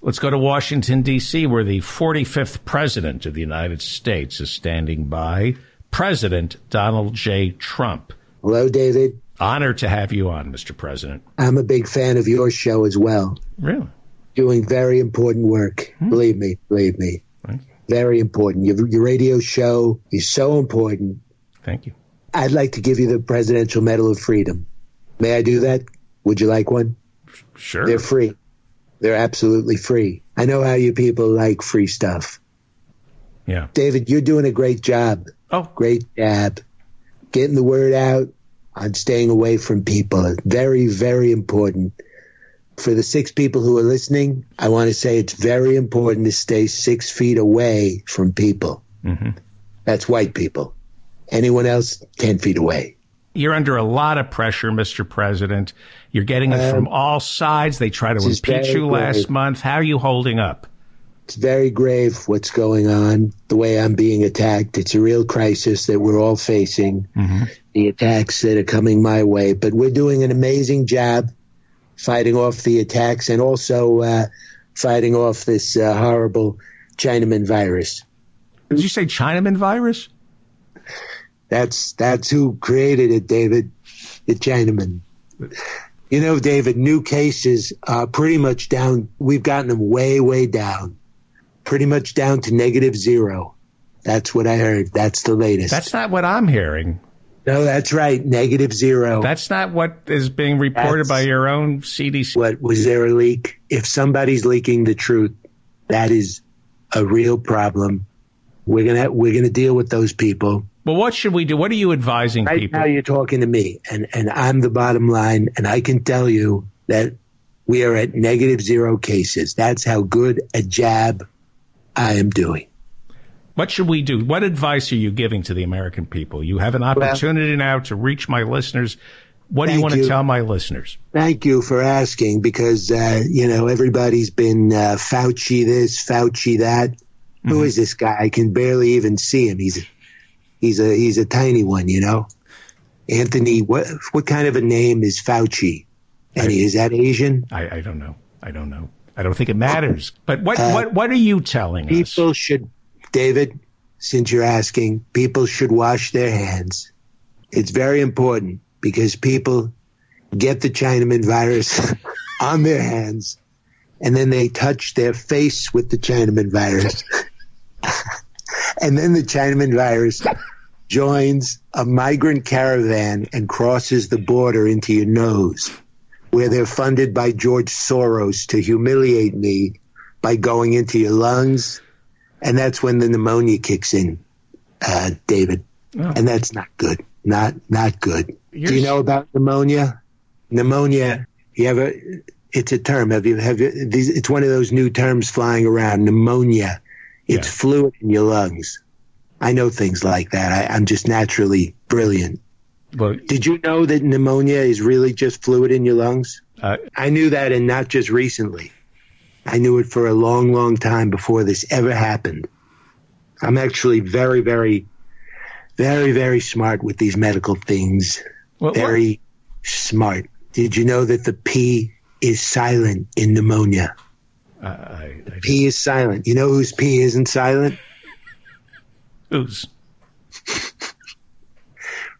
Let's go to Washington, D.C., where the 45th President of the United States is standing by, President Donald J. Trump. Hello, David. Honored to have you on, Mr. President. I'm a big fan of your show as well. Really? Doing very important work. Believe me, believe me. Hmm. Thank you. Very important. Your, your radio show is so important. Thank you. I'd like to give you the Presidential Medal of Freedom. May I do that? Would you like one? Sure. They're free. They're absolutely free. I know how you people like free stuff. yeah. David, you're doing a great job. Oh, Great job. Getting the word out on staying away from people. Very, very important. For the six people who are listening, I want to say it's very important to stay six feet away from people. That's white people. Anyone else, 10 feet away. you're under a lot of pressure, Mr. President. You're getting it from all sides. They try to Um, is impeach very you last brave. month. How are you holding up? It's very grave what's going on, the way I'm being attacked. It's a real crisis that we're all facing, the attacks that are coming my way. But we're doing an amazing job fighting off the attacks and also uh, fighting off this uh, horrible Chinaman virus. Did you say Chinaman virus? That's that's who created it, David, the Chinaman. You know, David, new cases are pretty much down. We've gotten them way, way down, pretty much down to negative zero. That's what I heard. That's the latest. That's not what I'm hearing. no, that's right, negative zero. That's not what is being reported That's- by your own CDC. what was there a leak? If somebody's leaking the truth, that is a real problem. We're gonna we're gonna deal with those people. Well, what should we do? What are you advising right people? now you're talking to me and, and I'm the bottom line and I can tell you that we are at negative zero cases. That's how good a jab I am doing. What should we do? What advice are you giving to the American people? You have an opportunity now to reach my listeners. What do you Thank want to you. tell my listeners? Thank you for asking because, uh, you know, everybody's been uh, Fauci this, Fauci that. Who is this guy? I can barely even see him. He's a, he's a he's a tiny one, you know. Anthony, what what kind of a name is Fauci? And is that Asian? I, I don't know. I don't know. I don't think it matters. But what what what are you telling us? Uh, People should, David, since you're asking, people should wash their hands. It's very important because people get the Chinaman virus on their hands and then they touch their face with the Chinaman virus. and then the Chinaman virus joins a migrant caravan and crosses the border into your nose, where they're funded by George Soros to humiliate me by going into your lungs, and that's when the pneumonia kicks in, uh, David. And that's not good. Not not good. Do Oh. You're- you know about pneumonia? Pneumonia. You have a. It's a term. Have you have you, these? It's one of those new terms flying around. Pneumonia. It's Yeah. fluid in your lungs. I know things like that. I, I'm just naturally brilliant. Well, Did you know that pneumonia is really just fluid in your lungs? Uh, I knew that, and not just recently. I knew it for a long, long time before this ever happened. I'm actually very, very, very, very smart with these medical things. what- what- Very smart. Did you know that the P is silent in pneumonia? I- I- I- P is silent. You know whose P isn't silent? who's-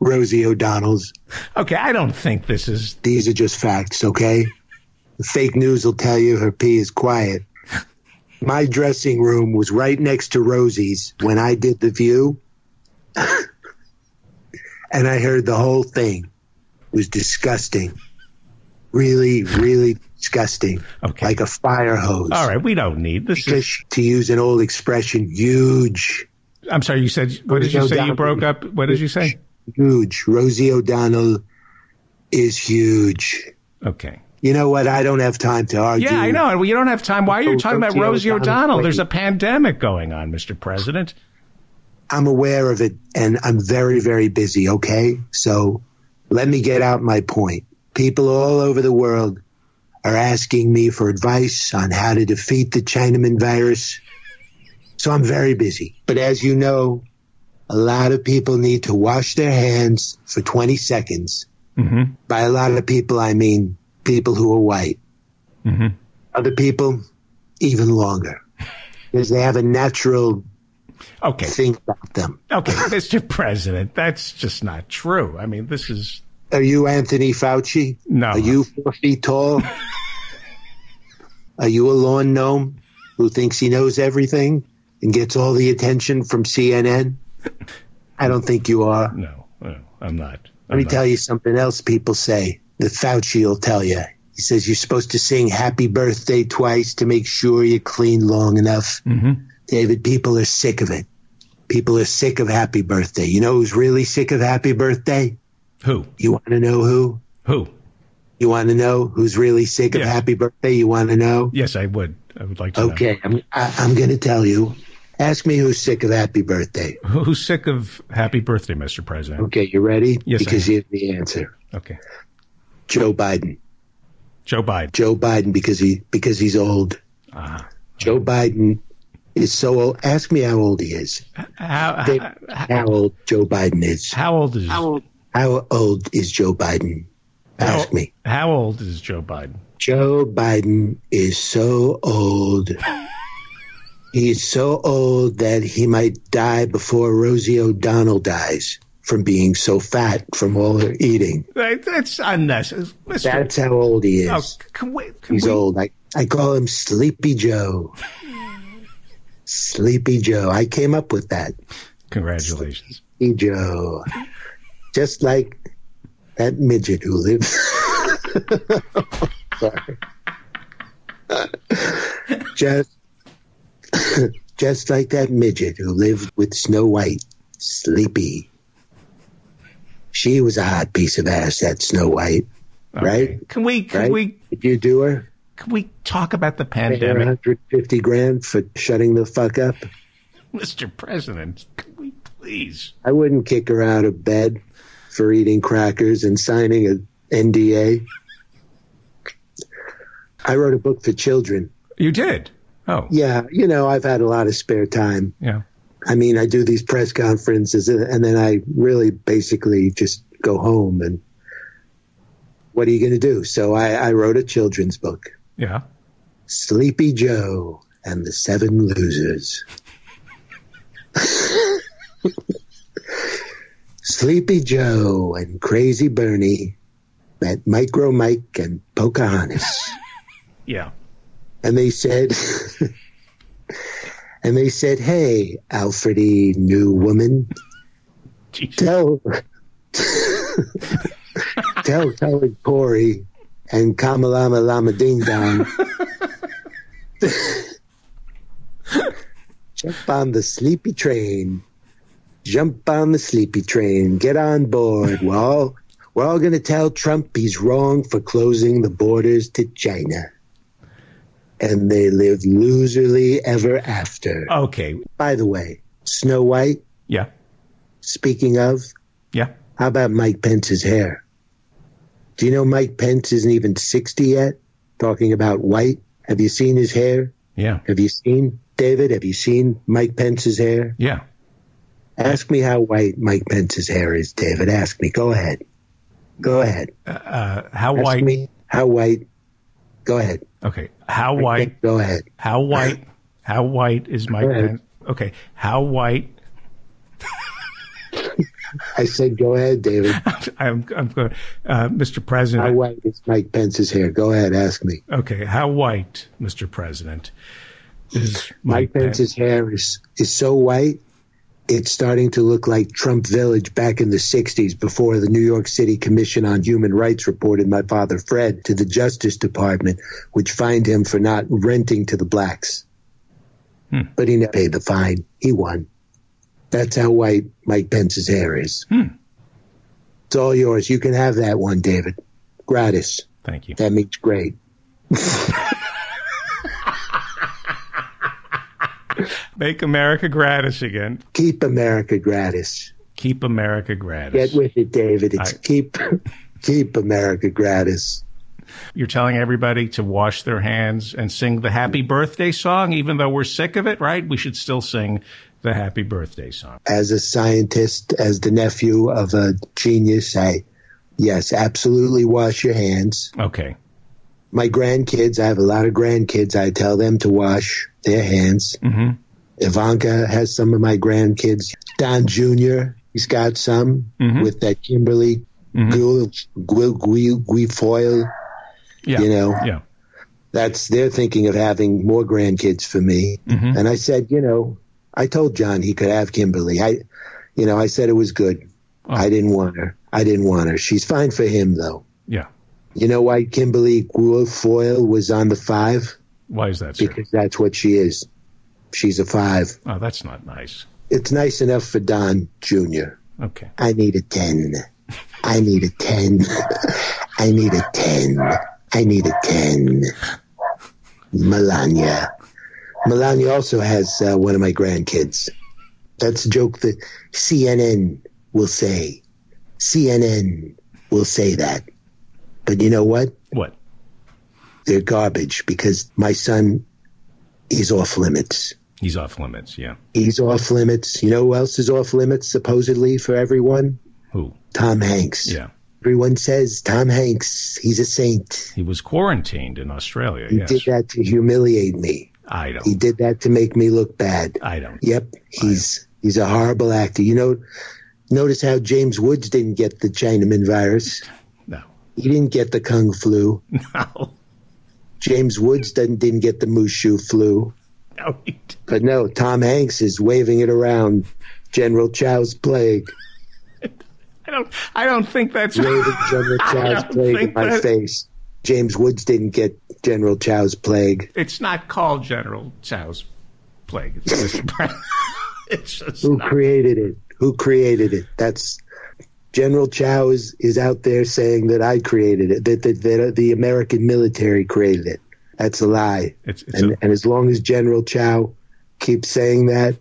Rosie O'Donnell's. Okay, I don't think this is. These are just facts, okay? The fake news will tell you her pee is quiet. My dressing room was right next to Rosie's when I did the view. and I heard the whole thing. It was disgusting. Really, really disgusting. Okay. Like a fire hose. All right, we don't need this. Is, Just to use an old expression, huge, I'm sorry, you said. What did you Rosie say? You O'Donnell. broke up. What did you say? huge. Rosie O'Donnell is huge. Okay. You know what? I don't have time to argue. Yeah, I know. and You don't have time. Why are you Oh, talking about Rosie Rosie O'Donnell. O'Donnell? There's a pandemic going on, Mr. President. I'm aware of it and I'm very, very busy, okay? So let me get out my point. People all over the world are asking me for advice on how to defeat the Chinaman virus. So I'm very busy. But as you know, a lot of people need to wash their hands for 20 seconds. Mm-hmm. By a lot of people, I mean people who are white. Other people, even longer because they have a natural Okay. thing about them. Okay, Mr. President, that's just not true. I mean, this is Are you Anthony Fauci? No. Are you four feet tall? Are you a lawn gnome who thinks he knows everything and gets all the attention from CNN? I don't think you are. no, no I'm not. Let I'm me not. tell you something else people say that Fauci will tell you. He says you're supposed to sing happy birthday twice to make sure you clean long enough. Mm-hmm. David, people are sick of it. People are sick of happy birthday. You know who's really sick of happy birthday? Who? You want to know who? Who? You want to know who's really sick of Yeah. happy birthday? You want to know? Yes, I would. I would like to Okay, I'm, I, I'm going to tell you. Ask me who's sick of happy birthday. know. Who- Who's sick of happy birthday, Mr. President? Okay, you ready? Yes, I Because am. here's the answer Okay. Joe Biden. Joe Biden. Joe Biden because he because he's old. Ah. Joe Biden is so old. Ask me how old he is. How, Dave, how, how old Joe Biden is. how old is how, How old is Joe Biden? Ask me. how old is Joe Biden? Joe Biden is so old. He's so old that he might die before Rosie O'Donnell dies from being so fat from all her eating. That- That's unnecessary. Mr. That's how old he is. oh, can we, can He's we, old. I, I call him Sleepy Joe. Sleepy Joe. I came up with that. Congratulations. Sleepy Joe. Just like that midget who lives. Sorry. just, just like that midget who lived with Snow White. Sleepy. She was a hot piece of ass, that Snow White. Right? Can we can Right? we Did you do her? can we talk about the Pay her pandemic, 150 grand for shutting the fuck up. Mr. President? Can we please? I wouldn't kick her out of bed for eating crackers and signing an NDA. I wrote a book for children. You did. Oh, Yeah, you know, I've had a lot of spare time. yeah. I mean, I do these press conferences and- and then I really basically just go home and what are you going to do? So I, I wrote a children's book. Yeah. Sleepy Joe and the Seven Losers. Sleepy Joe and Crazy Bernie met Micro Mike and Pocahontas. Yeah. and they said, and they said, hey, Alfredy, new woman, Jeez. tell, tell Howard Corey and Kamalama Lama Ding Dong. Jump on the sleepy train. Jump on the sleepy train. Get on board. We're all, we're all going to tell Trump he's wrong for closing the borders to China. And they live loserly ever after. Okay. By the way, Snow White, Yeah. speaking of, Yeah. how about Mike Pence's hair? Do you know Mike Pence isn't even 60 yet? Talking about white. Have you seen his hair? Yeah. Have you seen David? Have you seen Mike Pence's hair? Yeah. Ask me how white Mike Pence's hair is, David. Ask me. Go ahead. Go ahead. How Ask white? me how white. Go ahead. Okay. How white? Go ahead. How white? How white is Mike Go ahead. Pence? Okay. How white? I said, go ahead, David. I'm I'm going. Uh, Mr. How President. white is Mike Pence's hair? Go ahead. Ask me. Okay. How white, Mr. President, is Mike Mike Pence? Pence's hair is, is so white, it's starting to look like Trump Village back in the 60s before the New York City Commission on Human Rights reported my father Fred to the Justice Department, which fined him for not renting to the blacks. But he never paid the fine. He won. That's how white Mike Pence's hair is. It's all yours. You can have that one, David. Gratis. Thank you. That means great. Make America gratis again. Keep America gratis. Keep America gratis. Get with it, David. It's I- keep keep America gratis. You're telling everybody to wash their hands and sing the happy birthday song, even though we're sick of it, right? We should still sing the happy birthday song. As a scientist, as the nephew of a genius, I yes, absolutely wash your hands. Okay. my grandkids, I have a lot of grandkids. I tell them to wash their hands. Mhm. Ivanka has some of my grandkids. Don Jr., he's got some Mhm. with that Kimberly Mm-hmm. Guilfoyle. Yeah. You know. Yeah. That's they're thinking of having more grandkids for me. mm-hmm. And I said, you know, I told John he could have Kimberly. I, you know, I said it was good. I didn't want her. I didn't want her. She's fine for him though. Yeah. You know why Kimberly Guilfoyle was on the five? Why is that, sir? Because that's what she is. She's a five. Oh, that's not nice. It's nice enough for Don Jr. Okay. I need a 10. I need a 10. I need a 10. I need a 10. Melania. Melania also has uh, one of my grandkids. That's a joke that CNN will say. CNN will say that. But you know what? What? They're garbage because my son is off limits. He's off limits. Yeah. He's off limits. You know who else is off limits supposedly for everyone? Who? Tom Hanks. Yeah. Everyone says Tom Hanks, he's a saint. He was quarantined in Australia. He yes. did that to humiliate me. I don't. He did that to make me look bad. I don't. Yep, he's he's a horrible actor. You know, notice how James Woods didn't get the Chinaman virus. No. He didn't get the Kung flu. No. James Woods didn't didn't get the Mushu flu. No. he didn't. But no, Tom Hanks is waving it around. General Chow's plague. I don't. I don't think that's. waving General Chow's don't plague in think my that- face. James Woods didn't get General Chow's plague. It's not called General Chow's plague. It's just. it's just Who not. created it? Who created it? That's General Chow is, is out there saying that I created it, that, that, that the American military created it. That's a lie. It's, it's And, a, and as long as General Chow keeps saying that,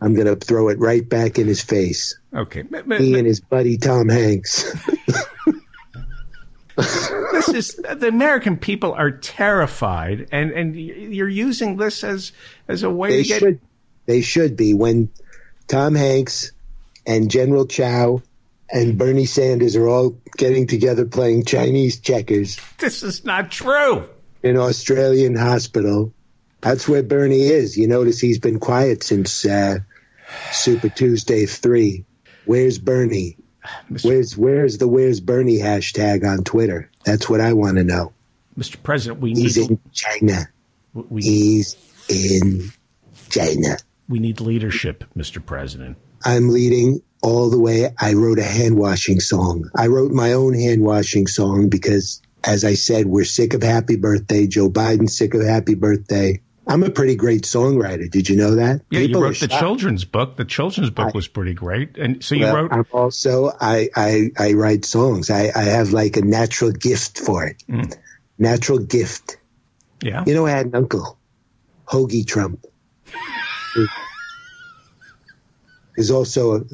I'm going to throw it right back in his face. okay. Ma- ma- He and his buddy Tom Hanks. this is the American people are terrified, and and y- you're using this as as a way They to get. should. They should be when Tom Hanks and General Chow and Bernie Sanders are all getting together playing Chinese checkers This is not true. in Australian hospital. That's where Bernie is. You notice he's been quiet since uh, Super Tuesday three. Where's Bernie? Where's where's the where's Bernie hashtag on Twitter? That's what I want to know. Mr. President, we He's need in China. we He's in China. we need leadership, Mr. President. I'm leading all the way. I wrote a hand washing song. I wrote my own hand washing song because, as I said, we're sick of happy birthday. Joe Biden's sick of happy birthday. I'm a pretty great songwriter. Did you know that? Yeah, People you are wrote the shocked. children's book. The children's book was pretty great, and so you Well, wrote. I'm also I, I I write songs. I I have like a natural gift for it. Mm. Natural gift. yeah, You know, I had an uncle, Hoagie Trump, who is also a,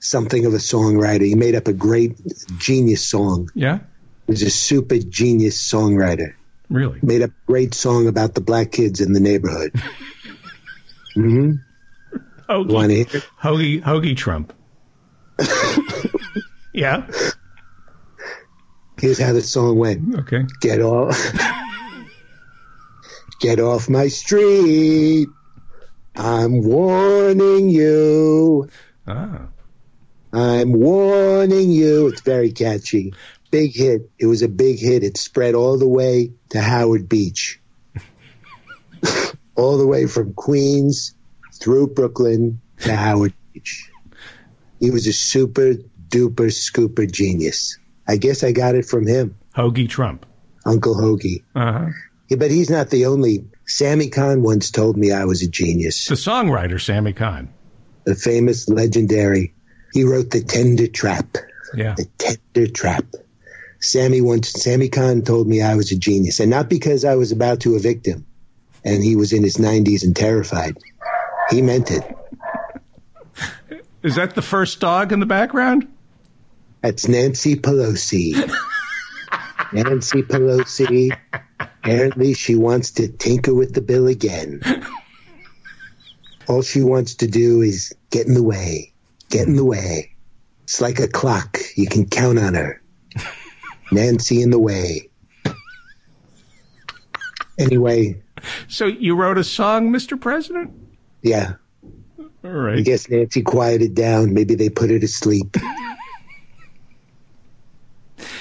something of a songwriter. He made up a great genius song. yeah, He was a super genius songwriter. really. Made up a great song about the black kids in the neighborhood. You want Hoagie, to hear? it? Hoagie, Hoagie Trump. yeah. Here's how the song went. Okay. get off get off my street i'm warning you Ah, i'm warning you it's very catchy big hit it was a big hit it spread all the way to howard beach all the way from queens through brooklyn to howard beach he was a super duper scooper genius i guess i got it from him Hoagie Trump. uncle hoagie Uh huh. yeah, but he's not the only. Sammy Kahn once told me I was a genius. The songwriter Sammy Kahn. The famous, legendary. He wrote the Tender Trap. Yeah. The Tender Trap. Sammy once. Sammy Kahn told me I was a genius, and not because I was about to evict him, and he was in his nineties and terrified. He meant it. Is that the first dog in the background? That's Nancy Pelosi. Nancy Pelosi. Apparently, she wants to tinker with the bill again. All she wants to do is get in the way. Get in the way. It's like a clock. You can count on her. Nancy in the way. Anyway, So you wrote a song, Mr. President? yeah. All I right. guess Nancy quieted down. Maybe they put her to sleep.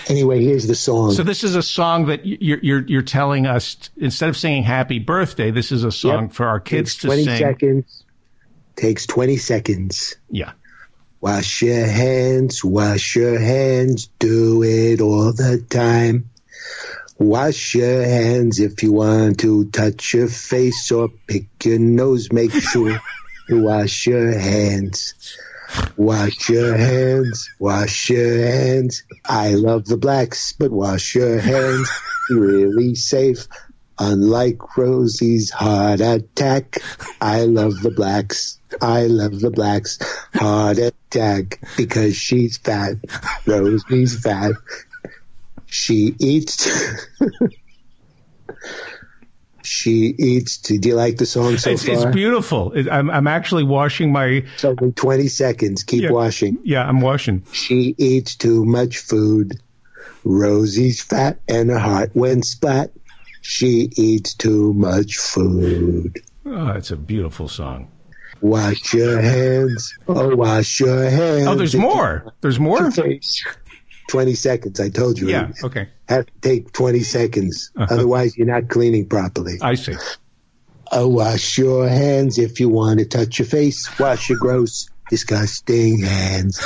anyway, here's the song. So this is a song that y- you're you're, you're telling us t- instead of singing "Happy Birthday," this is a song Yep. for our kids Takes to sing. seconds. Takes 20 seconds. Yeah. Wash your hands, wash your hands, do it all the time. Wash your hands if you want to touch your face or pick your nose, make sure you wash your hands. Wash your hands, wash your hands. I love the blacks, but wash your hands. You're really safe. Unlike Rosie's heart attack, I love the blacks. I love the blacks. Heart attack because she's fat. Rosie's fat. She eats. she eats. Do you like the song so It's, far? it's beautiful. It, I'm I'm actually washing my It's only 20 seconds. Keep Yeah. washing. yeah I'm washing. She eats too much food. Rosie's fat and her heart went splat. She eats too much food. Oh, it's a beautiful song. Wash your hands. Oh, wash your hands. Oh, there's more. There's more. 20 seconds. I told you. Yeah. Uh-huh. It Okay. has to take 20 seconds. Otherwise, you're not cleaning properly. I see. Oh, wash your hands if you want to touch your face. Wash your gross, disgusting hands.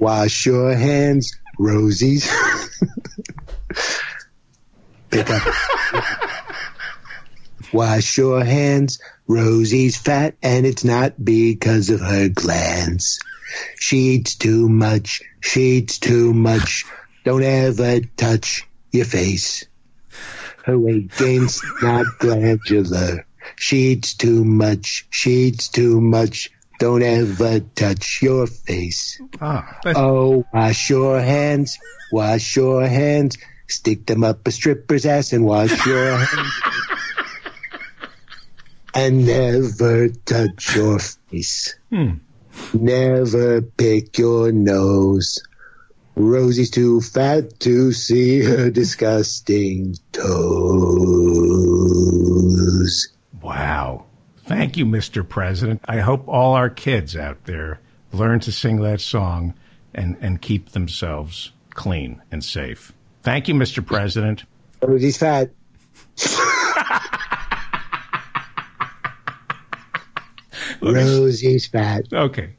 Wash your hands, Rosie's. Pick up. Wash your hands, Rosie's fat, and it's not because of her glands. She eats too much, she eats too much. Don't ever touch your face. Her weight gain's not glandular. She eats too much. She eats too much. Don't ever touch your face. Ah, that's, Oh, wash your hands. Wash your hands. Stick them up a stripper's ass and wash your hands. And never touch your face. Never pick your nose. Rosie's too fat to see her disgusting toes. wow. Thank you, Mr. President. I hope all our kids out there learn to sing that song and and keep themselves clean and safe. Thank you, Mr. President. Rosie's fat. Rosie's fat. Okay.